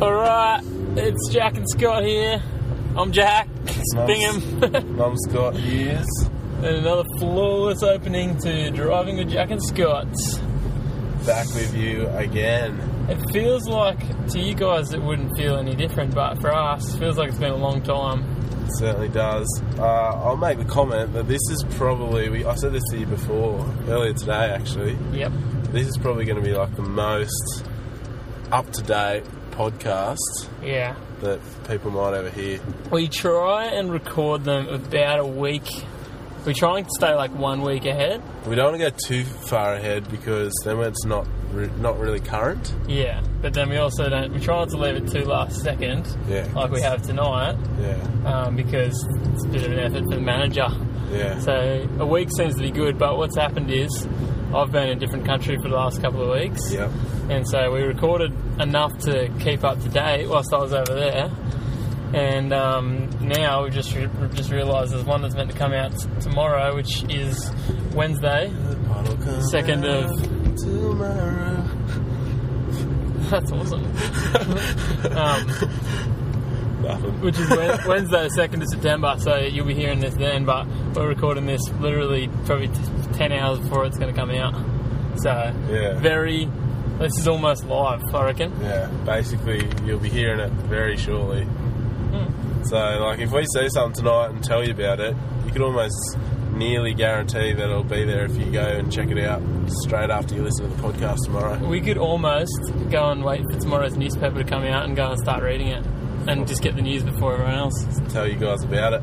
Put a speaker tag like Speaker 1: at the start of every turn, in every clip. Speaker 1: All right, it's Jack and Scott here. I'm Jack it's
Speaker 2: Nice.
Speaker 1: Bingham,
Speaker 2: Mum Scott Hughes.
Speaker 1: and another flawless opening to Driving with Jack and Scott.
Speaker 2: Back with you again.
Speaker 1: It feels like to you guys it wouldn't feel any different, but for us, it feels like it's been a long time.
Speaker 2: It certainly does. Uh, I'll make the comment that this is probably, we, I said this to you before, earlier today actually,
Speaker 1: Yep.
Speaker 2: this is probably going to be like the most up to date podcast
Speaker 1: Yeah.
Speaker 2: that people might ever hear.
Speaker 1: We try and record them about a week. We try and stay like one week ahead.
Speaker 2: We don't want to go too far ahead because then it's not re- not really current.
Speaker 1: Yeah, but then we also don't. We try not to leave it too last second,
Speaker 2: Yeah.
Speaker 1: like we have tonight,
Speaker 2: Yeah.
Speaker 1: um, because it's a bit of an effort for the manager.
Speaker 2: Yeah.
Speaker 1: So a week seems to be good, but what's happened is I've been in a different country for the last couple of weeks,
Speaker 2: Yep.
Speaker 1: and so we recorded enough to keep up to date whilst I was over there. And um, now we've just re- we've just realised there's one that's meant to come out t- tomorrow, which is Wednesday. Second of-
Speaker 2: Tomorrow.
Speaker 1: That's awesome. um,
Speaker 2: Nothing.
Speaker 1: which is Wed- Wednesday, second of September. So you'll be hearing this then, but we're recording this literally probably t- ten hours before it's going to come out. So
Speaker 2: Yeah.
Speaker 1: very, this is almost live, I reckon.
Speaker 2: Yeah, basically, you'll be hearing it very shortly. So, like, if we see something tonight and tell you about it, you can almost nearly guarantee that it'll be there if you go and check it out straight after you listen to the podcast tomorrow.
Speaker 1: We could almost go and wait for tomorrow's newspaper to come out and go and start reading it, and just get the news before everyone else. It's
Speaker 2: Tell you guys about it.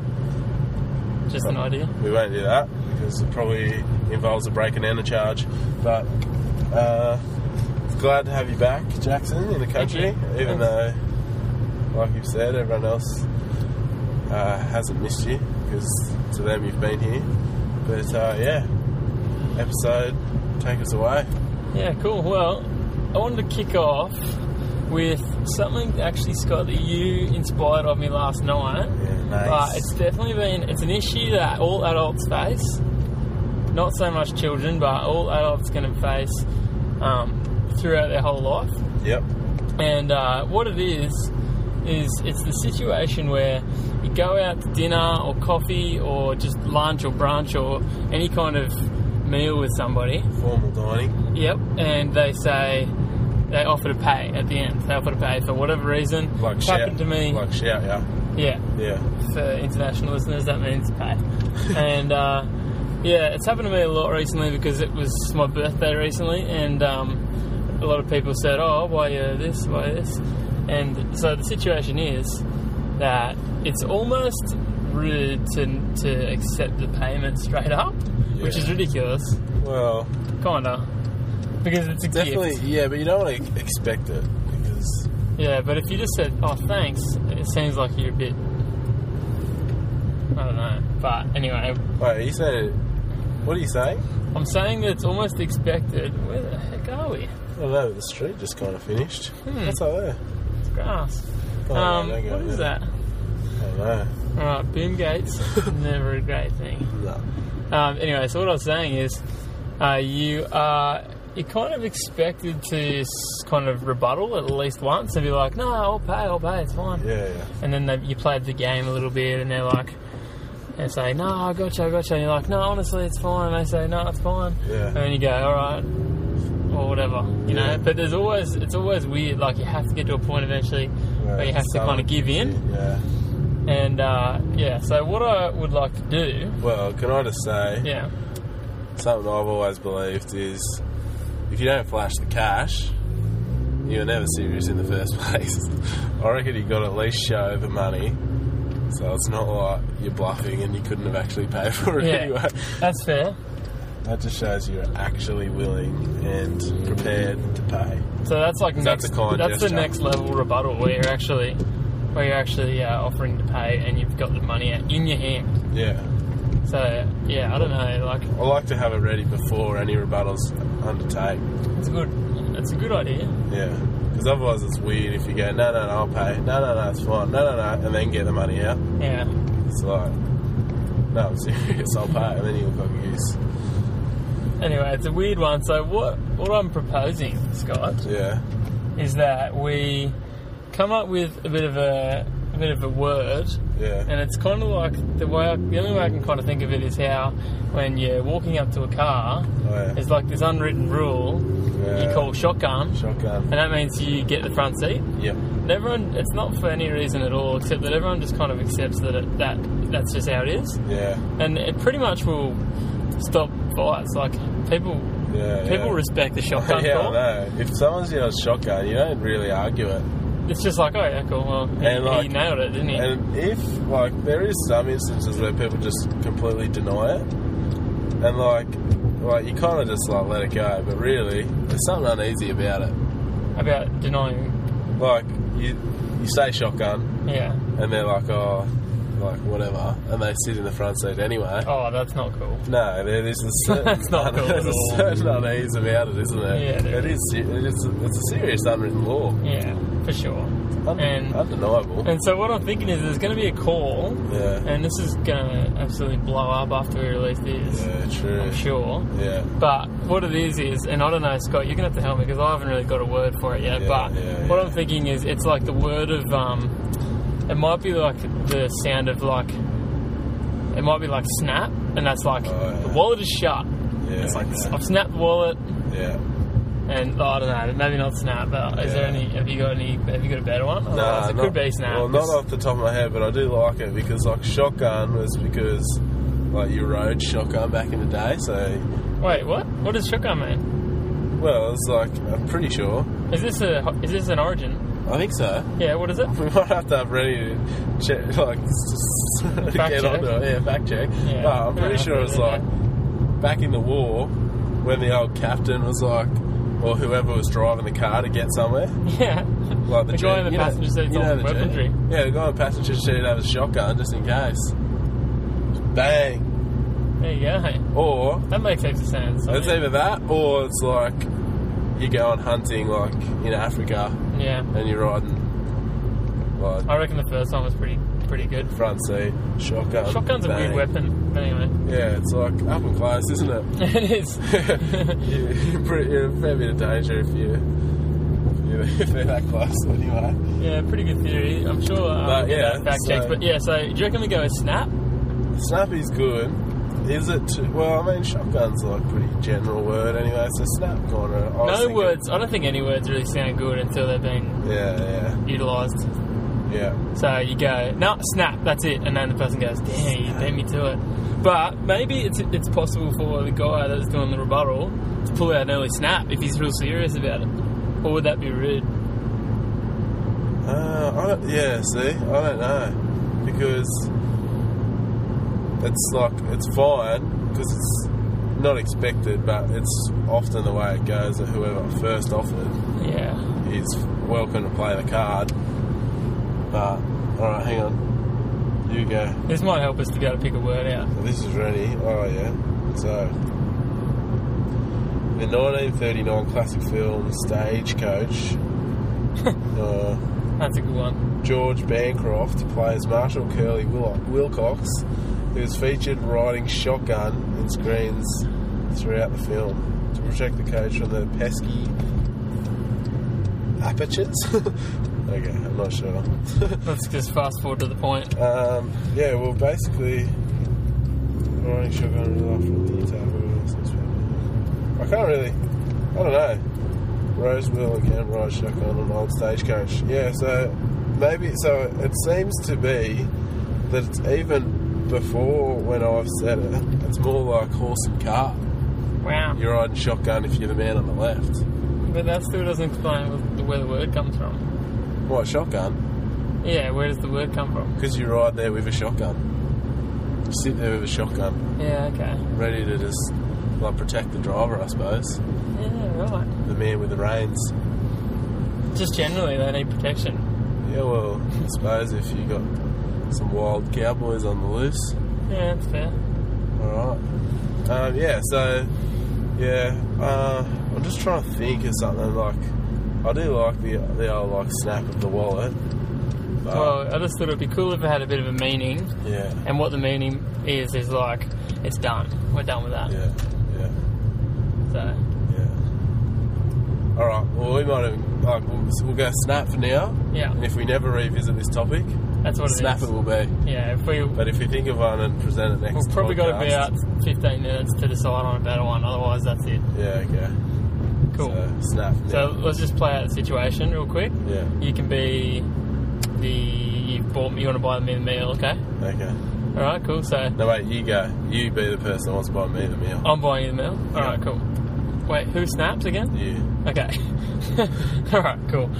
Speaker 1: just an idea.
Speaker 2: We won't do that because it probably involves a break and enter charge. But uh, glad to have you back, Jackson, in the country.
Speaker 1: you.
Speaker 2: Even
Speaker 1: Thanks.
Speaker 2: though, like you've said, everyone else uh, hasn't missed you because to them you've been here. But uh, yeah, episode, take us away.
Speaker 1: Yeah, cool. Well, I wanted to kick off with something actually, Scott, that you inspired of me last night.
Speaker 2: Yeah,
Speaker 1: But it's definitely been it's an issue that all adults face. Not so much children, but all adults going to face um, throughout their whole life.
Speaker 2: yep.
Speaker 1: And uh, what it is is it's the situation where you go out to dinner or coffee or just lunch or brunch or any kind of meal with somebody.
Speaker 2: Formal dining.
Speaker 1: Yep. And they say they offer to pay at the end. They offer to pay for whatever reason.
Speaker 2: Like
Speaker 1: It's
Speaker 2: shout.
Speaker 1: happened to me.
Speaker 2: Like shout, yeah.
Speaker 1: yeah
Speaker 2: Yeah.
Speaker 1: for international listeners, that means pay. and uh, yeah, it's happened to me a lot recently because it was my birthday recently, and um, a lot of people said, "Oh, why you this? Why you this?" And so the situation is that it's almost rude to to accept the payment straight up, which
Speaker 2: Yeah.
Speaker 1: is ridiculous,
Speaker 2: Well,
Speaker 1: kinda, because it's a
Speaker 2: definitely,
Speaker 1: gift.
Speaker 2: yeah, but you don't want to expect it because.
Speaker 1: Yeah, but if you just said, "Oh, thanks," it seems like you're a bit. I don't know, but anyway,
Speaker 2: Wait, are you saying? What are you saying?
Speaker 1: I'm saying that it's almost expected. Where the heck are we?
Speaker 2: I don't know. The street just kind of finished. What's up there?
Speaker 1: It's grass.
Speaker 2: Oh,
Speaker 1: Hmm. um,
Speaker 2: there you go,
Speaker 1: what is
Speaker 2: yeah.
Speaker 1: that?
Speaker 2: I don't know.
Speaker 1: All right, boom gates. never a great thing.
Speaker 2: Oh, No.
Speaker 1: Um, anyway, so what I was saying is, uh, you are you're kind of expected to s- kind of rebuttal at least once and be like, "No, I'll pay. I'll pay. It's fine."
Speaker 2: Yeah, yeah.
Speaker 1: And then they, you played the game a little bit, and they're like. They say, no, I gotcha, I gotcha. And you're like, no, honestly, it's fine. And they say, no, it's fine.
Speaker 2: Yeah.
Speaker 1: And then you go, all right, or whatever, you know.
Speaker 2: Yeah.
Speaker 1: But there's always it's always weird. Like you have to get to a point eventually where you have Uh, to
Speaker 2: So-
Speaker 1: kind of give in.
Speaker 2: Yeah.
Speaker 1: And uh, yeah, so what I would like to do,
Speaker 2: Well, can I just say
Speaker 1: yeah,
Speaker 2: something I've always believed is if you don't flash the cash, you're never serious in the first place. I reckon you got to at least show the money. So it's not like you're bluffing and you couldn't have actually paid for it
Speaker 1: Yeah.
Speaker 2: anyway.
Speaker 1: that's fair.
Speaker 2: That just shows you're actually willing and prepared to pay.
Speaker 1: So that's like next,
Speaker 2: That's a kind
Speaker 1: that's the
Speaker 2: gesture.
Speaker 1: next level rebuttal where you're actually where you're actually uh, offering to pay and you've got the money in your hand.
Speaker 2: Yeah.
Speaker 1: So yeah, I don't know, like
Speaker 2: I like to have it ready before any rebuttals undertake.
Speaker 1: it's good. It's a good idea.
Speaker 2: Yeah. Because otherwise it's weird if you go, no, no, no, I'll pay. No, no, no, it's fine. No, no, no. And then get the money out.
Speaker 1: Yeah.
Speaker 2: It's like, no, I'm serious, I'll pay. And then you look like a goose.
Speaker 1: Anyway, it's a weird one. So what what I'm proposing, Scott,
Speaker 2: Yeah.
Speaker 1: is that we come up with a bit of a, a bit of a word,
Speaker 2: Yeah.
Speaker 1: and it's kind of like the way I, the only way I can kind of think of it is how when you're walking up to a car,
Speaker 2: Oh,
Speaker 1: there's like this unwritten rule
Speaker 2: yeah.
Speaker 1: you call shotgun,
Speaker 2: Shotgun.
Speaker 1: and that means you get the front seat.
Speaker 2: Yep.
Speaker 1: And everyone, it's not for any reason at all, except that everyone just kind of accepts that it, that that's just how it is,
Speaker 2: Yeah.
Speaker 1: and it pretty much will stop fights. Like people,
Speaker 2: Yeah.
Speaker 1: people
Speaker 2: yeah.
Speaker 1: respect the shotgun
Speaker 2: yeah,
Speaker 1: call.
Speaker 2: I know. If someone's yells shotgun, you don't really argue it.
Speaker 1: It's just like, oh yeah, cool. Well, he,
Speaker 2: And, like-
Speaker 1: he nailed it, didn't he?
Speaker 2: And if like there is some instances where people just completely deny it, and like like you kind of just like let it go, but really there's something uneasy about it.
Speaker 1: About denying,
Speaker 2: Like you you say shotgun,
Speaker 1: yeah.
Speaker 2: and they're like oh like whatever, and they sit in the front seat anyway.
Speaker 1: Oh, that's not cool.
Speaker 2: No, there- there's a certain,
Speaker 1: That's not cool
Speaker 2: there's
Speaker 1: at all.
Speaker 2: a certain unease about it, isn't there?
Speaker 1: Yeah, there
Speaker 2: it is. se- It is it's a serious unwritten law,
Speaker 1: Yeah, for sure.
Speaker 2: Un-
Speaker 1: And-
Speaker 2: undeniable.
Speaker 1: And so what I'm thinking is, there's going to be a call,
Speaker 2: yeah,
Speaker 1: and this is going to absolutely blow up after we release this.
Speaker 2: yeah, true.
Speaker 1: I'm sure.
Speaker 2: Yeah.
Speaker 1: But what it is is, and I don't know, Scott, you're gonna have to help me because I haven't really got a word for it yet.
Speaker 2: Yeah,
Speaker 1: but
Speaker 2: yeah,
Speaker 1: what
Speaker 2: yeah.
Speaker 1: I'm thinking is, it's like the word of, um, it might be like the sound of like, it might be like snap, and that's like
Speaker 2: Oh, yeah.
Speaker 1: the wallet is shut.
Speaker 2: Yeah,
Speaker 1: It's like
Speaker 2: yeah.
Speaker 1: I've snapped the wallet,
Speaker 2: Yeah.
Speaker 1: and oh, I don't know, maybe not snap. But is there
Speaker 2: Yeah.
Speaker 1: any? Have you got any? Have you got a better one?
Speaker 2: Nah,
Speaker 1: Otherwise it
Speaker 2: not-
Speaker 1: could be snap.
Speaker 2: Well, not off the top of my head, but I do like it because like shotgun was because like you rode shotgun back in the day. So
Speaker 1: Wait, what? What does shotgun mean?
Speaker 2: well, it's like I'm pretty sure.
Speaker 1: Is this a? Is this an origin?
Speaker 2: I think so.
Speaker 1: Yeah. What is it?
Speaker 2: We might have to have ready to check, like to
Speaker 1: Fact
Speaker 2: get
Speaker 1: check.
Speaker 2: onto it. Yeah, fact check.
Speaker 1: Yeah.
Speaker 2: But I'm pretty
Speaker 1: Yeah,
Speaker 2: sure it was
Speaker 1: yeah.
Speaker 2: like back in the war when the old captain was like, or whoever was driving the car to get somewhere.
Speaker 1: Yeah.
Speaker 2: Like the,
Speaker 1: The guy
Speaker 2: Jeep.
Speaker 1: in the
Speaker 2: You know-
Speaker 1: passenger seat's
Speaker 2: you know
Speaker 1: on
Speaker 2: the Jeep?
Speaker 1: weaponry.
Speaker 2: Yeah, the guy in the passenger seat had a shotgun just in case. Bang.
Speaker 1: There you go.
Speaker 2: Or
Speaker 1: That makes heaps of sense. I
Speaker 2: it's
Speaker 1: mean,
Speaker 2: either that or it's like you're going hunting like in Africa
Speaker 1: yeah,
Speaker 2: and you're riding like
Speaker 1: I reckon the first one was pretty pretty good.
Speaker 2: front seat, shotgun.
Speaker 1: Shotgun's a weird
Speaker 2: bang.
Speaker 1: weapon, but anyway,
Speaker 2: Yeah, it's like up and close, isn't it?
Speaker 1: it is.
Speaker 2: you, you're, pretty, you're in a fair bit of danger if you if you- if they're that close anyway.
Speaker 1: yeah, pretty good theory. I'm sure. Um,
Speaker 2: But,
Speaker 1: get
Speaker 2: yeah,
Speaker 1: that fact
Speaker 2: so-
Speaker 1: checks. But yeah, so do you reckon we go with snap?
Speaker 2: Snappy's good. Is it? Too, well, I mean, shotgun's like a pretty general word anyway. So snap corner. I was
Speaker 1: No
Speaker 2: thinking-
Speaker 1: words. I don't think any words really sound good until they've been
Speaker 2: Yeah,
Speaker 1: utilised.
Speaker 2: yeah, yeah.
Speaker 1: So you go, no, snap, that's it. And then the person goes, dang, you beat me to it. But maybe it's it's possible for the guy that's doing the rebuttal to pull out an early snap if he's real serious about it. Or would that be rude?
Speaker 2: Uh, I don't, yeah. See, I don't know because it's like it's fine because it's not expected, but it's often the way it goes that whoever first offered
Speaker 1: Yeah.
Speaker 2: is welcome to play the card. But all right, hang on. You go.
Speaker 1: This might help us to be able to pick a word out.
Speaker 2: This is ready. Oh yeah. So the 1939 classic film Stagecoach. uh,
Speaker 1: That's a good one.
Speaker 2: George Bancroft plays Marshall Curley Wil- Wilcox, who is featured riding shotgun in screens throughout the film to protect the coach from the pesky apertures. okay, I'm not sure.
Speaker 1: Let's just fast forward to the point.
Speaker 2: Um, yeah, well, basically, Roaring Sugar and Real Life from the Utah Wilderness is from- I can't really. I don't know. Roseville and Camrose Shotgun and Old Stagecoach. Yeah, so maybe. So it seems to be that it's even before when I've said it, it's more like horse and cart.
Speaker 1: Wow.
Speaker 2: You're riding shotgun if you're the man on the left.
Speaker 1: But that still doesn't explain wh- where the word comes from.
Speaker 2: What, shotgun?
Speaker 1: Yeah, where does the word come from?
Speaker 2: Because you ride there with a shotgun. You sit there with a shotgun.
Speaker 1: Yeah, okay.
Speaker 2: ready to just like protect the driver, I suppose,
Speaker 1: Yeah, right.
Speaker 2: the man with the reins.
Speaker 1: Just generally, they need protection.
Speaker 2: Yeah, well, I suppose if you got some wild cowboys on the loose,
Speaker 1: Yeah, that's fair.
Speaker 2: all right. Um, yeah, so yeah, uh, I'm just trying to think of something like I do like the the old like snap of the wallet. But,
Speaker 1: Well, I just thought it'd be cool if it had a bit of a meaning,
Speaker 2: yeah,
Speaker 1: and what the meaning is is like it's done. We're done with that.
Speaker 2: yeah, yeah,
Speaker 1: So
Speaker 2: yeah. All right. Well, we might have. Like, we'll, we'll go snap for now.
Speaker 1: Yeah.
Speaker 2: And if we never revisit this topic,
Speaker 1: That's what it is.
Speaker 2: snap it will be.
Speaker 1: Yeah, if we,
Speaker 2: But if we think of one and present it next,
Speaker 1: we've probably got
Speaker 2: podcast-
Speaker 1: about 15 minutes to decide on a better one, otherwise that's it.
Speaker 2: Yeah. Okay.
Speaker 1: Cool.
Speaker 2: So, snap. for
Speaker 1: So
Speaker 2: now.
Speaker 1: let's just play out the situation real quick.
Speaker 2: Yeah.
Speaker 1: You can be the you bought me. You want to buy me the meal, okay?
Speaker 2: Okay.
Speaker 1: All right, cool. So
Speaker 2: No wait. You go. You be the person that wants to buy me the meal.
Speaker 1: I'm buying you the meal. All right,
Speaker 2: Yeah.
Speaker 1: cool. Wait, who snaps again?
Speaker 2: You.
Speaker 1: Okay. All right, cool.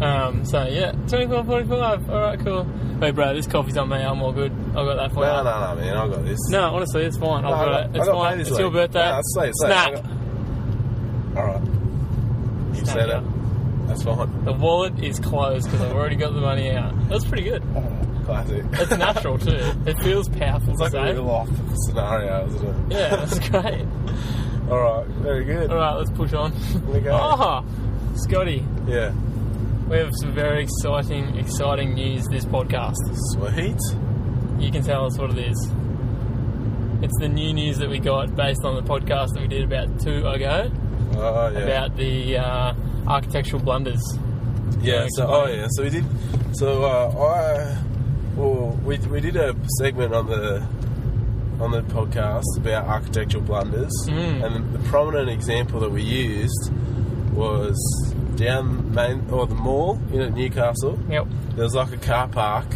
Speaker 1: Um, so yeah, 24, 45. All right, cool. Wait, bro, this coffee's on me. I'm all good. I've got that for
Speaker 2: No,
Speaker 1: you.
Speaker 2: no, no, man. I got this.
Speaker 1: Oh, No, honestly, it's fine. I've
Speaker 2: I
Speaker 1: got,
Speaker 2: got-
Speaker 1: it.
Speaker 2: I
Speaker 1: It's
Speaker 2: got
Speaker 1: fine.
Speaker 2: paid this
Speaker 1: It's
Speaker 2: week.
Speaker 1: your birthday.
Speaker 2: No, it's late, it's late. I
Speaker 1: Snap.
Speaker 2: All right. You
Speaker 1: Snap
Speaker 2: said
Speaker 1: it.
Speaker 2: it. That's fine.
Speaker 1: The wallet is closed because I've already got the money out. That's pretty good.
Speaker 2: Classic.
Speaker 1: It's natural too. It feels powerful.
Speaker 2: It's like
Speaker 1: to
Speaker 2: a
Speaker 1: say.
Speaker 2: real life scenario, isn't it?
Speaker 1: Yeah, Oh. that's great.
Speaker 2: All right. Very good.
Speaker 1: All right, let's push on.
Speaker 2: We go.
Speaker 1: Ah, Scotty,
Speaker 2: Yeah.
Speaker 1: we have some very exciting, exciting news this podcast.
Speaker 2: Sweet.
Speaker 1: You can tell us what it is. It's the new news that we got based on the podcast that we did about two ago
Speaker 2: Oh yeah.
Speaker 1: about the uh, architectural blunders.
Speaker 2: Yeah.
Speaker 1: Like,
Speaker 2: So oh yeah. So we did. So uh, I well we we did a segment on the on the podcast about architectural blunders,
Speaker 1: Mm.
Speaker 2: and the prominent example that we used was down main or the mall in at Newcastle.
Speaker 1: Yep.
Speaker 2: There was like a car park,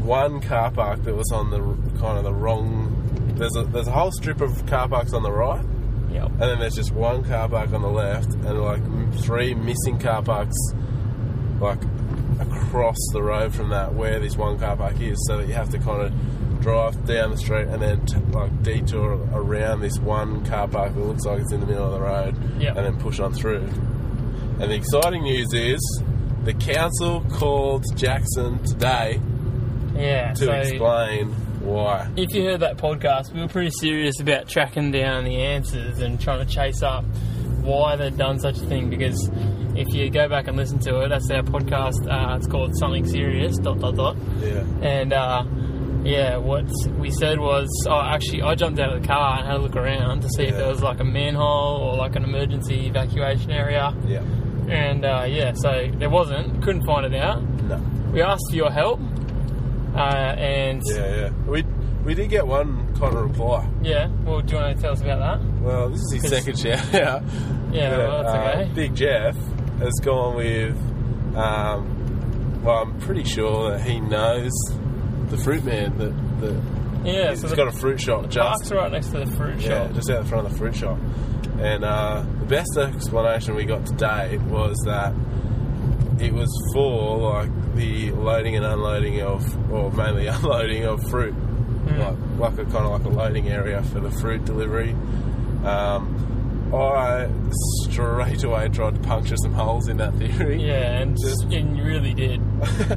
Speaker 2: one car park that was on the r- kind of the wrong. There's a there's a whole strip of car parks on the right,
Speaker 1: Yep.
Speaker 2: and then there's just one car park on the left, and like m- three missing car parks, like across the road from that where this one car park is, so that you have to kind of drive down the street and then t- like detour around this one car park that looks like it's in the middle of the road,
Speaker 1: Yeah.
Speaker 2: and then push on through. And the exciting news is the council called Jackson today
Speaker 1: Yeah.
Speaker 2: to
Speaker 1: so
Speaker 2: explain why.
Speaker 1: if you heard that podcast, we were pretty serious about tracking down the answers and trying to chase up why they'd done such a thing. Because if you go back and listen to it, that's our podcast. Uh, it's called Something Serious. Dot dot dot.
Speaker 2: Yeah,
Speaker 1: And uh, yeah, what we said was, oh, actually, I jumped out of the car and had a look around to see if
Speaker 2: Yeah.
Speaker 1: there was like a manhole or like an emergency evacuation area.
Speaker 2: yeah,
Speaker 1: And uh, yeah, so there wasn't. Couldn't find it out.
Speaker 2: no.
Speaker 1: We asked for your help. Uh, and
Speaker 2: Yeah, yeah. We we did get one kind of reply.
Speaker 1: yeah, well, do you want to tell us about that?
Speaker 2: Well, this is his
Speaker 1: It's-
Speaker 2: second shout out.
Speaker 1: Yeah, well, that's
Speaker 2: uh,
Speaker 1: okay.
Speaker 2: Big Jeff has gone with. Um, well, I'm pretty sure that he knows the fruit man. That that
Speaker 1: Yeah,
Speaker 2: he's
Speaker 1: so the
Speaker 2: got a fruit shop
Speaker 1: park's
Speaker 2: just
Speaker 1: right next to the fruit
Speaker 2: yeah,
Speaker 1: shop.
Speaker 2: just out the front of the fruit shop. And uh, the best explanation we got today was that it was for like the loading and unloading of, or mainly unloading of fruit,
Speaker 1: Mm.
Speaker 2: like, like a kind of like a loading area for the fruit delivery. Um, I straight away tried to puncture some holes in that theory.
Speaker 1: Yeah, and
Speaker 2: Just-
Speaker 1: and you really did,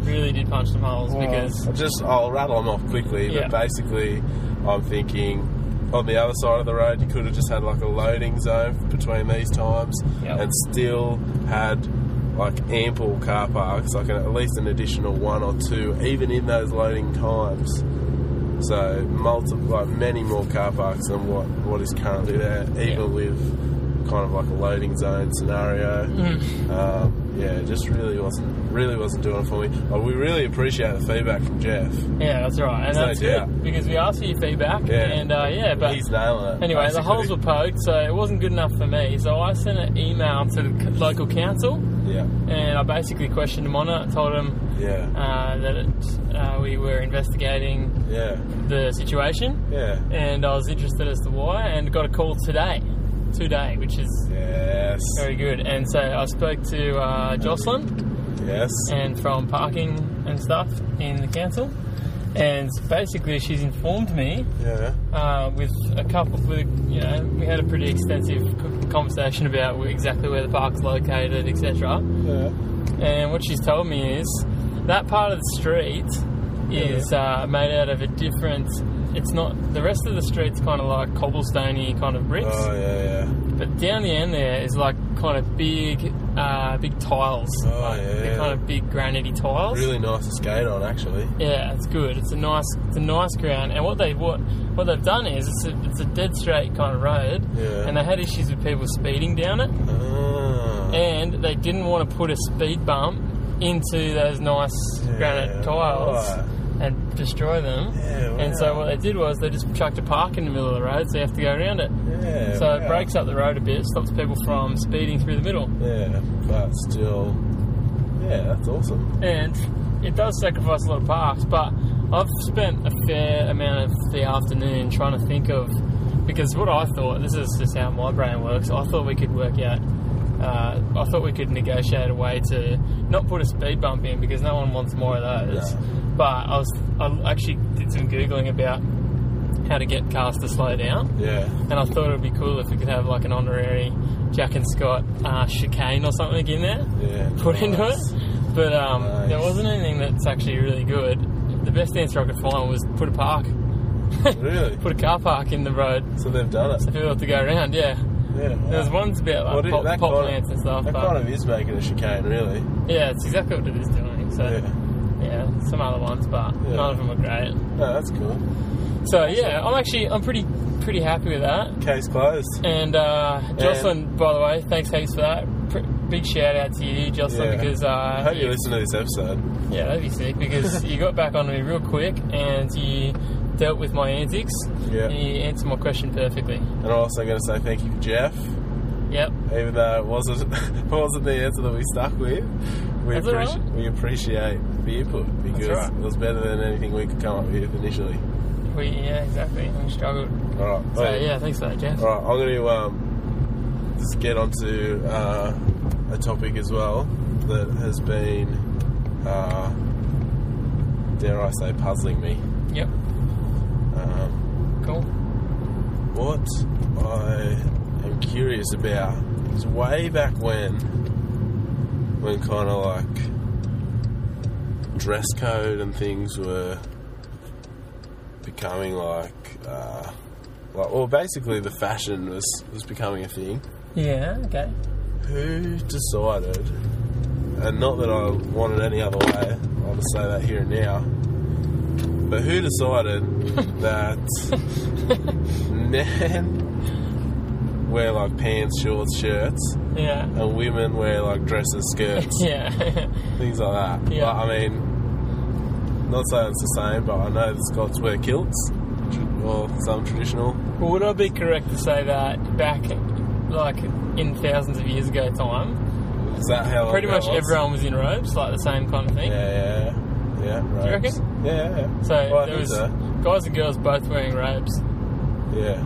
Speaker 1: really did punch some holes because
Speaker 2: I'll Um, just I'll rattle them off quickly,
Speaker 1: Yeah.
Speaker 2: but basically, I'm thinking on the other side of the road, you could have just had like a loading zone between these times,
Speaker 1: Yep.
Speaker 2: and still had like ample car parks, like an, at least an additional one or two, even in those loading times. So multiple, like many more car parks than what what is currently there, even
Speaker 1: Yeah.
Speaker 2: with kind of like a loading zone scenario. Um, yeah, it just really wasn't really wasn't doing it for me. But we really appreciate the feedback from Jeff.
Speaker 1: yeah, that's right, and
Speaker 2: No
Speaker 1: that's
Speaker 2: doubt.
Speaker 1: good because we asked for your feedback,
Speaker 2: Yeah.
Speaker 1: and uh, yeah, but
Speaker 2: He's nailing it.
Speaker 1: Anyway, the
Speaker 2: basically.
Speaker 1: holes were poked, so it wasn't good enough for me. So I sent an email to the c- local council,
Speaker 2: yeah,
Speaker 1: and I basically questioned them on it. I told them
Speaker 2: yeah,
Speaker 1: uh, that it, uh, we were investigating
Speaker 2: yeah,
Speaker 1: the situation,
Speaker 2: yeah.
Speaker 1: and I was interested as to why, and got a call today, today, which is
Speaker 2: Yes,
Speaker 1: very good. And so I spoke to uh, Jocelyn
Speaker 2: yes,
Speaker 1: and from parking and stuff in the council, and basically she's informed me
Speaker 2: yeah,
Speaker 1: uh, with a couple, with, you know, we had a pretty extensive c- conversation about where, exactly where the park's located, etc.
Speaker 2: yeah,
Speaker 1: And what she's told me is that part of the street is uh, made out of a different. It's not the rest of the street's kind of like cobblestony kind of bricks,
Speaker 2: oh yeah, yeah.
Speaker 1: but down the end there is like kind of big, uh, big tiles,
Speaker 2: Oh,
Speaker 1: like
Speaker 2: yeah.
Speaker 1: they're kind of big granity tiles.
Speaker 2: Really nice to skate on, actually.
Speaker 1: Yeah, it's good. It's a nice, it's a nice ground. And what they what what they've done is it's a, it's a dead straight kind of road,
Speaker 2: Yeah.
Speaker 1: and they had issues with people speeding down it.
Speaker 2: Ah,
Speaker 1: and they didn't want to put a speed bump into those nice
Speaker 2: Yeah,
Speaker 1: granite tiles
Speaker 2: right.
Speaker 1: and destroy them.
Speaker 2: Yeah,
Speaker 1: And so
Speaker 2: wow.
Speaker 1: what they did was they just chucked a park in the middle of the road, so you have to go around it.
Speaker 2: Yeah.
Speaker 1: so it
Speaker 2: wow.
Speaker 1: breaks up the road a bit, stops people from speeding through the middle,
Speaker 2: Yeah, but still. Yeah, that's awesome.
Speaker 1: and it does sacrifice a lot of parks. But I've spent a fair amount of the afternoon trying to think of because what I thought this is just how my brain works. I thought we could work out. Uh, I thought we could negotiate a way to not put a speed bump in because no one wants more of those.
Speaker 2: No.
Speaker 1: But I was I actually did some googling about how to get cars to slow down.
Speaker 2: Yeah.
Speaker 1: and I thought it would be cool if we could have like an honorary Jack and Scott uh, chicane or something in there
Speaker 2: Yeah.
Speaker 1: put into it.
Speaker 2: nice.
Speaker 1: But um,
Speaker 2: Nice.
Speaker 1: there wasn't anything that's actually really good. The best answer I could find was put a park,
Speaker 2: Really?
Speaker 1: put a car park in the road
Speaker 2: So they've done it.
Speaker 1: so people have to go around. Yeah,
Speaker 2: Yeah. wow.
Speaker 1: there's one's about like
Speaker 2: Well, it-
Speaker 1: pop,
Speaker 2: that
Speaker 1: pop
Speaker 2: kind of-
Speaker 1: plants and stuff.
Speaker 2: That
Speaker 1: But
Speaker 2: kind of is making a chicane, really.
Speaker 1: yeah, it's exactly what it is doing. So
Speaker 2: Yeah.
Speaker 1: yeah, some other ones, but
Speaker 2: Yeah.
Speaker 1: none of them are great.
Speaker 2: No, that's cool.
Speaker 1: So yeah, I'm actually I'm pretty pretty happy with that.
Speaker 2: Case closed.
Speaker 1: And uh, Jocelyn, by the way, thanks heaps for that. Pr- big shout out to you, Jocelyn,
Speaker 2: Yeah.
Speaker 1: because uh,
Speaker 2: I hope you
Speaker 1: you-
Speaker 2: listen to this episode.
Speaker 1: yeah, that'd be sick. Because you got back on me real quick and you dealt with my antics.
Speaker 2: Yeah.
Speaker 1: And you answered my question perfectly.
Speaker 2: And I'm also going to say thank you to Jeff,
Speaker 1: Yep.
Speaker 2: even though it wasn't wasn't the answer that we stuck with. We,
Speaker 1: That's all right.
Speaker 2: appreci- we appreciate the input because
Speaker 1: right.
Speaker 2: it was better than anything we could come up with initially.
Speaker 1: We yeah exactly. We struggled.
Speaker 2: All right.
Speaker 1: So
Speaker 2: wait.
Speaker 1: yeah, thanks for that, Jeff.
Speaker 2: Oh, All right. I'm going to um, just get onto uh, a topic as well that has been, uh, dare I say, puzzling me.
Speaker 1: Yep.
Speaker 2: Um,
Speaker 1: Cool.
Speaker 2: What I am curious about is way back when, when kind of like dress code and things were becoming like, uh, like well, basically the fashion was, was becoming a thing.
Speaker 1: Yeah. Okay.
Speaker 2: Who decided, and not that I wanted any other way, I'll just say that here and now, but who decided that men wear like pants, shorts, shirts,
Speaker 1: Yeah.
Speaker 2: and women wear like dresses, skirts,
Speaker 1: Yeah.
Speaker 2: things like that?
Speaker 1: Yeah.
Speaker 2: Like, I mean, not saying it's the same, but I know the Scots wear kilts, tr- or some traditional.
Speaker 1: Well, would I be correct to say that back, like in thousands of years ago, time,
Speaker 2: Is that how long
Speaker 1: pretty
Speaker 2: that
Speaker 1: much
Speaker 2: was?
Speaker 1: everyone was in robes, like the same kind of thing.
Speaker 2: Oh, Yeah, yeah, yeah. Right.
Speaker 1: you reckon?
Speaker 2: Yeah, yeah.
Speaker 1: So
Speaker 2: Well, I
Speaker 1: there
Speaker 2: think
Speaker 1: was
Speaker 2: so.
Speaker 1: guys and girls both wearing robes.
Speaker 2: Yeah.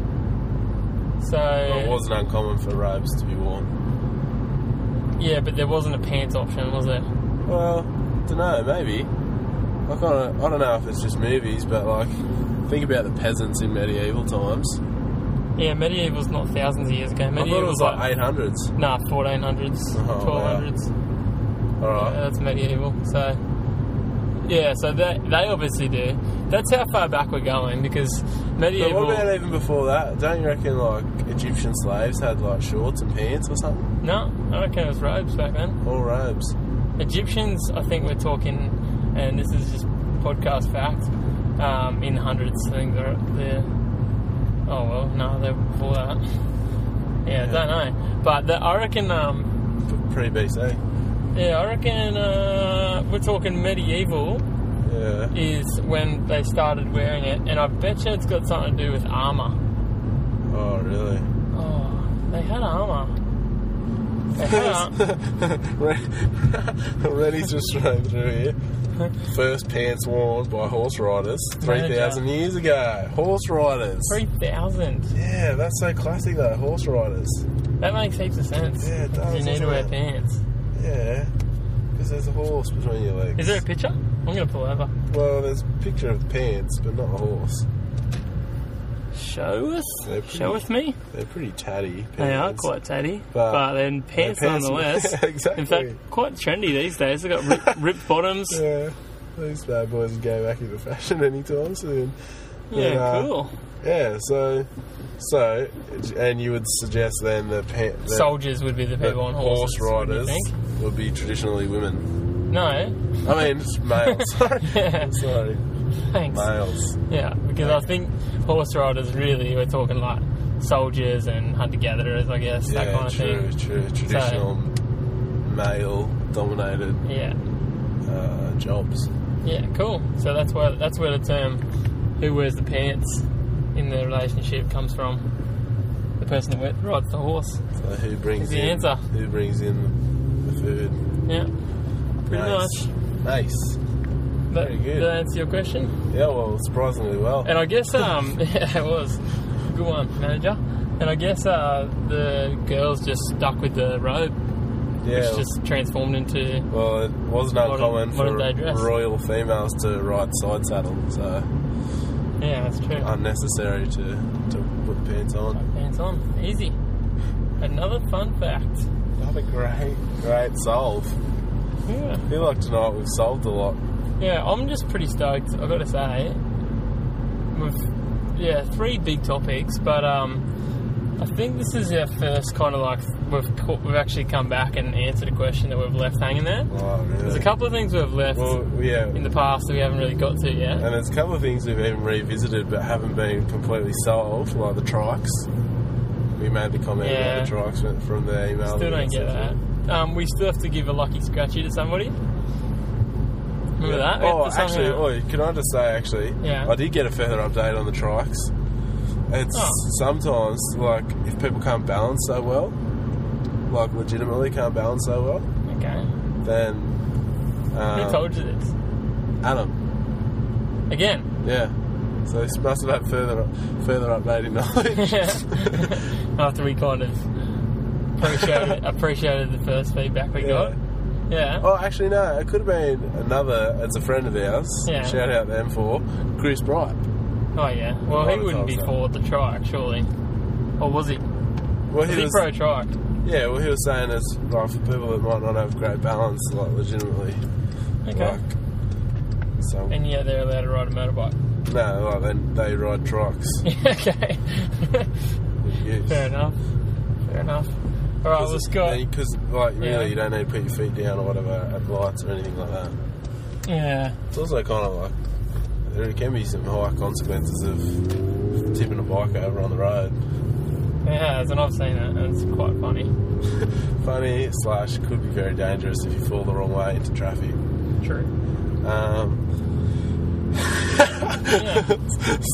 Speaker 1: So
Speaker 2: Well, it wasn't uncommon for robes to be worn.
Speaker 1: yeah, but there wasn't a pants option, was there?
Speaker 2: Well, don't know. Maybe. I kind of. I don't know if it's just movies, but like, think about the peasants in medieval times.
Speaker 1: Yeah, medieval's not thousands of years ago.
Speaker 2: I thought it
Speaker 1: Medieval's
Speaker 2: was like eight hundreds.
Speaker 1: nah, fourteen hundreds,
Speaker 2: Oh, wow.
Speaker 1: twelve hundreds.
Speaker 2: All
Speaker 1: Yeah,
Speaker 2: right.
Speaker 1: that's medieval. So yeah, so they they obviously do. That's how far back we're going because
Speaker 2: But
Speaker 1: medieval.
Speaker 2: what about even before that? Don't you reckon like Egyptian slaves had like shorts and pants or something,
Speaker 1: no, I reckon it was robes back then.
Speaker 2: or robes?
Speaker 1: Egyptians, I think we're talking, and this is just podcast fact, um, in hundreds. I think they're, they're oh well, no, they're before that. Yeah,
Speaker 2: Yeah.
Speaker 1: I don't know, but the, I reckon, um,
Speaker 2: Pre BC.
Speaker 1: yeah, I reckon uh, we're talking medieval
Speaker 2: Yeah.
Speaker 1: is when they started wearing it, and I bet you it's got something to do with armor.
Speaker 2: Oh really?
Speaker 1: Oh, they had armor. They had armor. Uh-huh.
Speaker 2: Rennie's just running through here. First pants worn by horse riders 3,000 years ago. Horse riders.
Speaker 1: Three thousand.
Speaker 2: Yeah, that's so classic though. Horse riders.
Speaker 1: That makes heaps of sense.
Speaker 2: Yeah, it does,
Speaker 1: You need
Speaker 2: doesn't
Speaker 1: to wear
Speaker 2: it?
Speaker 1: pants.
Speaker 2: Yeah. Because there's a horse between your legs.
Speaker 1: Is there a picture? I'm gonna pull over.
Speaker 2: Well, there's a picture of the pants, but not a horse.
Speaker 1: Show
Speaker 2: They're
Speaker 1: us.
Speaker 2: pretty-
Speaker 1: Show with me.
Speaker 2: They're pretty tatty. Pants.
Speaker 1: They are quite tatty,
Speaker 2: But-
Speaker 1: but, then pants,
Speaker 2: pants-
Speaker 1: nonetheless.
Speaker 2: Exactly.
Speaker 1: In fact, quite trendy these days. They've got ripped, ripped bottoms. Yeah,
Speaker 2: Yeah. These bad boys would go back into fashion anytime soon. But, uh,
Speaker 1: cool.
Speaker 2: Yeah, so. So, and you would suggest then the pants.
Speaker 1: Soldiers would be the
Speaker 2: that
Speaker 1: people on
Speaker 2: horse
Speaker 1: horses. wouldn't you
Speaker 2: riders
Speaker 1: think?
Speaker 2: would be traditionally women.
Speaker 1: No,
Speaker 2: I mean, it's males. Sorry.
Speaker 1: Yeah.
Speaker 2: Sorry.
Speaker 1: thanks.
Speaker 2: Males.
Speaker 1: Yeah, because I think horse riders really we're talking like soldiers and hunter gatherers, I guess that
Speaker 2: yeah,
Speaker 1: kind of
Speaker 2: true,
Speaker 1: thing.
Speaker 2: true. Traditional male dominated
Speaker 1: Yeah.
Speaker 2: uh, jobs.
Speaker 1: Yeah, cool. So that's where that's where the term "who wears the pants" in the relationship comes from. The person that wi- rides the horse.
Speaker 2: So who brings
Speaker 1: The
Speaker 2: in
Speaker 1: answer.
Speaker 2: who brings in the food?
Speaker 1: Yeah, pretty
Speaker 2: nice.
Speaker 1: much.
Speaker 2: Nice.
Speaker 1: That,
Speaker 2: Very good.
Speaker 1: Did I answer your question?
Speaker 2: Yeah, well, surprisingly well.
Speaker 1: And I guess um, yeah, it was good one, manager. And I guess uh, the girls just stuck with the robe,
Speaker 2: yeah,
Speaker 1: which just transformed into
Speaker 2: well, it wasn't
Speaker 1: Modern-
Speaker 2: uncommon
Speaker 1: modern day
Speaker 2: for
Speaker 1: dress.
Speaker 2: royal females to ride side saddle, so
Speaker 1: yeah, that's true.
Speaker 2: unnecessary to, to put pants on.
Speaker 1: Pants on, easy. Another fun fact.
Speaker 2: What a great, great solve.
Speaker 1: Yeah.
Speaker 2: I feel like tonight we've solved a lot.
Speaker 1: Yeah, I'm just pretty stoked. I've got to say, we've yeah three big topics, but um, I think this is our first kind of like we've co- we've actually come back and answered a question that we've left hanging there.
Speaker 2: Oh, really?
Speaker 1: There's a couple of things we've left
Speaker 2: Well, yeah.
Speaker 1: in the past that we haven't really got to yet.
Speaker 2: And there's a couple of things we've even revisited but haven't been completely solved, like the trikes. We made the comment
Speaker 1: Yeah.
Speaker 2: about the trikes went from the email.
Speaker 1: Still
Speaker 2: that Oh, we
Speaker 1: don't get that.
Speaker 2: sent
Speaker 1: Um, we still have to give a lucky scratchy to somebody.
Speaker 2: in.
Speaker 1: Remember that? We have
Speaker 2: Oh,
Speaker 1: to somehow-
Speaker 2: actually, oh, can I just say, actually,
Speaker 1: Yeah.
Speaker 2: I did get a further update on the trikes. It's
Speaker 1: Oh.
Speaker 2: sometimes, like, if people can't balance so well, like, legitimately can't balance so well,
Speaker 1: okay.
Speaker 2: then.
Speaker 1: Who
Speaker 2: Um,
Speaker 1: told you this?
Speaker 2: Adam.
Speaker 1: Again.
Speaker 2: Yeah. So this must have had further, further updating knowledge.
Speaker 1: After we kind of appreciated, appreciated the first feedback we got. Yeah.
Speaker 2: Oh, actually, no. It could have been another. It's a friend of ours.
Speaker 1: Yeah.
Speaker 2: Shout out them for Chris Bright.
Speaker 1: Oh, yeah. Well,
Speaker 2: Might
Speaker 1: he
Speaker 2: have
Speaker 1: wouldn't
Speaker 2: told
Speaker 1: be
Speaker 2: us that.
Speaker 1: for the trike, surely. Or was he?
Speaker 2: Well,
Speaker 1: Was he pro trike?
Speaker 2: yeah. Well, he was saying it's like for people that might not have great balance, like legitimately,
Speaker 1: Okay.
Speaker 2: like so.
Speaker 1: And yeah, they're allowed to ride a motorbike.
Speaker 2: no, like they, they ride trucks.
Speaker 1: okay.
Speaker 2: Yes.
Speaker 1: Fair enough. Fair enough. All right, well, Scott.
Speaker 2: Because like really,
Speaker 1: Yeah.
Speaker 2: you don't need to put your feet down or whatever at lights or anything like that.
Speaker 1: Yeah.
Speaker 2: It's also kind of like there can be some high consequences of tipping a bike over on the road.
Speaker 1: It has, and I've seen it, and it's quite funny.
Speaker 2: funny slash could be very dangerous if you fall the wrong way into traffic.
Speaker 1: True.
Speaker 2: Um,
Speaker 1: Yeah.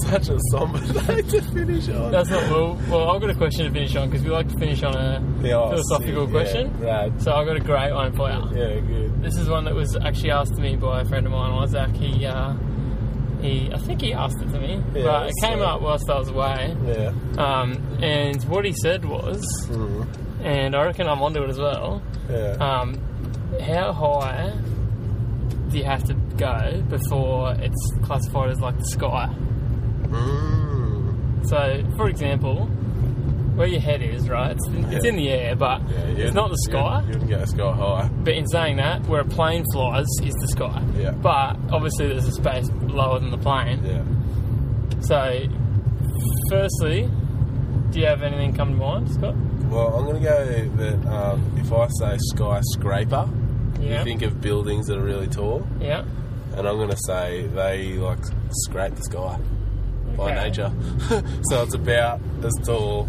Speaker 2: such a somber day to finish on.
Speaker 1: That's not well. Well, I've got a question to finish on because we like to finish on a
Speaker 2: Yeah, oh,
Speaker 1: philosophical
Speaker 2: sick,
Speaker 1: question.
Speaker 2: Yeah, right.
Speaker 1: So I've got a great one for you.
Speaker 2: Yeah, good.
Speaker 1: This is one that was actually asked to me by a friend of mine, Isaac. He, uh, he, I think he asked it to me,
Speaker 2: Yeah,
Speaker 1: but it came
Speaker 2: so-
Speaker 1: up whilst I was away.
Speaker 2: Yeah.
Speaker 1: Um, and what he said was,
Speaker 2: Mm.
Speaker 1: and I reckon I'm onto it as well.
Speaker 2: Yeah.
Speaker 1: Um, how high do you have to go before it's classified as like the sky?
Speaker 2: Mm.
Speaker 1: So, for example, where your head is, right? It's in, it's in the air, but
Speaker 2: Yeah, you-
Speaker 1: it's not the sky.
Speaker 2: You, you can go sky high.
Speaker 1: But in saying that, where a plane flies is the sky.
Speaker 2: Yeah.
Speaker 1: But obviously, there's a space lower than the plane.
Speaker 2: Yeah.
Speaker 1: So, firstly, do you have anything come to mind, Scott?
Speaker 2: Well, I'm gonna go that um, if I say skyscraper,
Speaker 1: Yeah.
Speaker 2: you think of buildings that are really tall,
Speaker 1: yeah.
Speaker 2: and I'm gonna say they like scrape the sky. by
Speaker 1: Okay.
Speaker 2: nature. so it's about as tall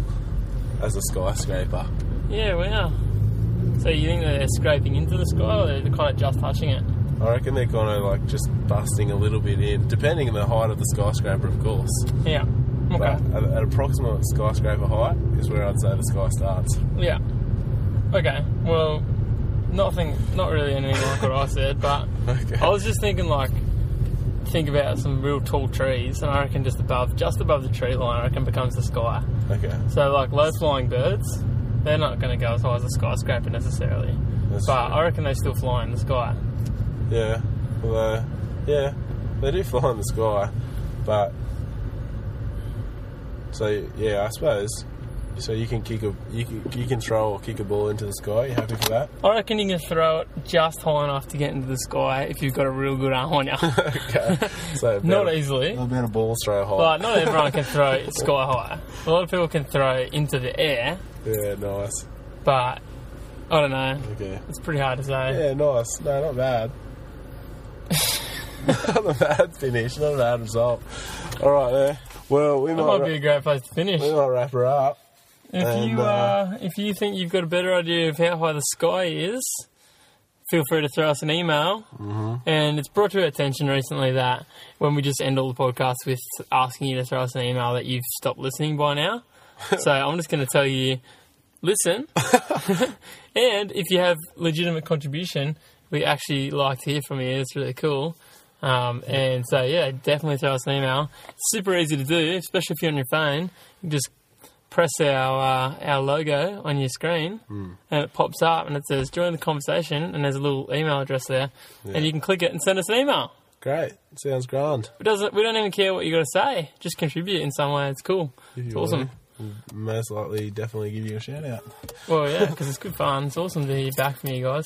Speaker 2: as a skyscraper.
Speaker 1: Yeah, wow. So you think that they're scraping into the sky, or they're kind of just touching it?
Speaker 2: I reckon they're kind of like just busting a little bit in, depending on the height of the skyscraper, of course.
Speaker 1: Yeah. Okay.
Speaker 2: But at, at approximate skyscraper height is where I'd say the sky starts.
Speaker 1: Yeah. Okay. Well, nothing. Not really anything like what I said, but
Speaker 2: Okay.
Speaker 1: I was just thinking like. Think about some real tall trees, and I reckon just above, just above the tree line, I reckon becomes the sky.
Speaker 2: Okay.
Speaker 1: So, like low flying birds, they're not going to go as high as a skyscraper necessarily.
Speaker 2: That's
Speaker 1: but
Speaker 2: true.
Speaker 1: I reckon they still fly in the sky.
Speaker 2: Yeah. Although, yeah, they do fly in the sky, but so yeah, I suppose. So you can kick a you can, you can throw or kick a ball into the sky. You happy for that?
Speaker 1: I reckon you can throw it just high enough to get into the sky if you've got a real good arm on you.
Speaker 2: okay. So
Speaker 1: not
Speaker 2: about-
Speaker 1: easily,
Speaker 2: I've been a ball throw high.
Speaker 1: but not everyone can throw it sky high. A lot of people can throw it into the air,
Speaker 2: Yeah, nice.
Speaker 1: but I don't know.
Speaker 2: Okay.
Speaker 1: It's pretty hard to say.
Speaker 2: Yeah, nice. No, not bad. not a bad finish. Not a bad result. All right, there. Well, we
Speaker 1: That
Speaker 2: might,
Speaker 1: might be a
Speaker 2: ra-
Speaker 1: great place to finish.
Speaker 2: we might wrap her up.
Speaker 1: If
Speaker 2: And,
Speaker 1: you
Speaker 2: uh,
Speaker 1: uh, if you think you've got a better idea of how high the sky is, feel free to throw us an email. Mm-hmm. And it's brought to our attention recently that when we just end all the podcasts with asking you to throw us an email, that you've stopped listening by now. so I'm just going to tell you listen. and if you have legitimate contribution, we actually like to hear from you. It's really cool. Um, and so, yeah, definitely throw us an email. It's super easy to do, especially if you're on your phone. You just press our uh, our logo on your screen, and it pops up and it says join the conversation, and there's a little email address there, and you can click it and send us an email.
Speaker 2: Great. Sounds grand.
Speaker 1: It doesn't. We don't even care what you got to say. Just contribute in some way. It's cool.
Speaker 2: If
Speaker 1: It's
Speaker 2: you
Speaker 1: awesome.
Speaker 2: wanna, We'll most likely, definitely give you a shout out.
Speaker 1: Well, yeah, because it's good fun. It's awesome to hear back from you guys.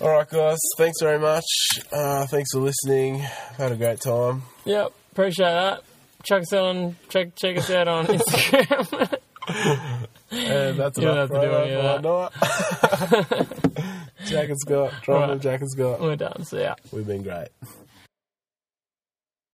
Speaker 2: All right, guys. Thanks very much. Uh, thanks for listening. I've had a great time.
Speaker 1: Yep, appreciate that. Check us out on check check us out on Instagram.
Speaker 2: And that's
Speaker 1: You don't have
Speaker 2: enough
Speaker 1: to do
Speaker 2: promo
Speaker 1: any of
Speaker 2: for one night. Jack and Scott, Driving
Speaker 1: Right.
Speaker 2: Jack and Scott.
Speaker 1: We're done. So yeah.
Speaker 2: We've been great.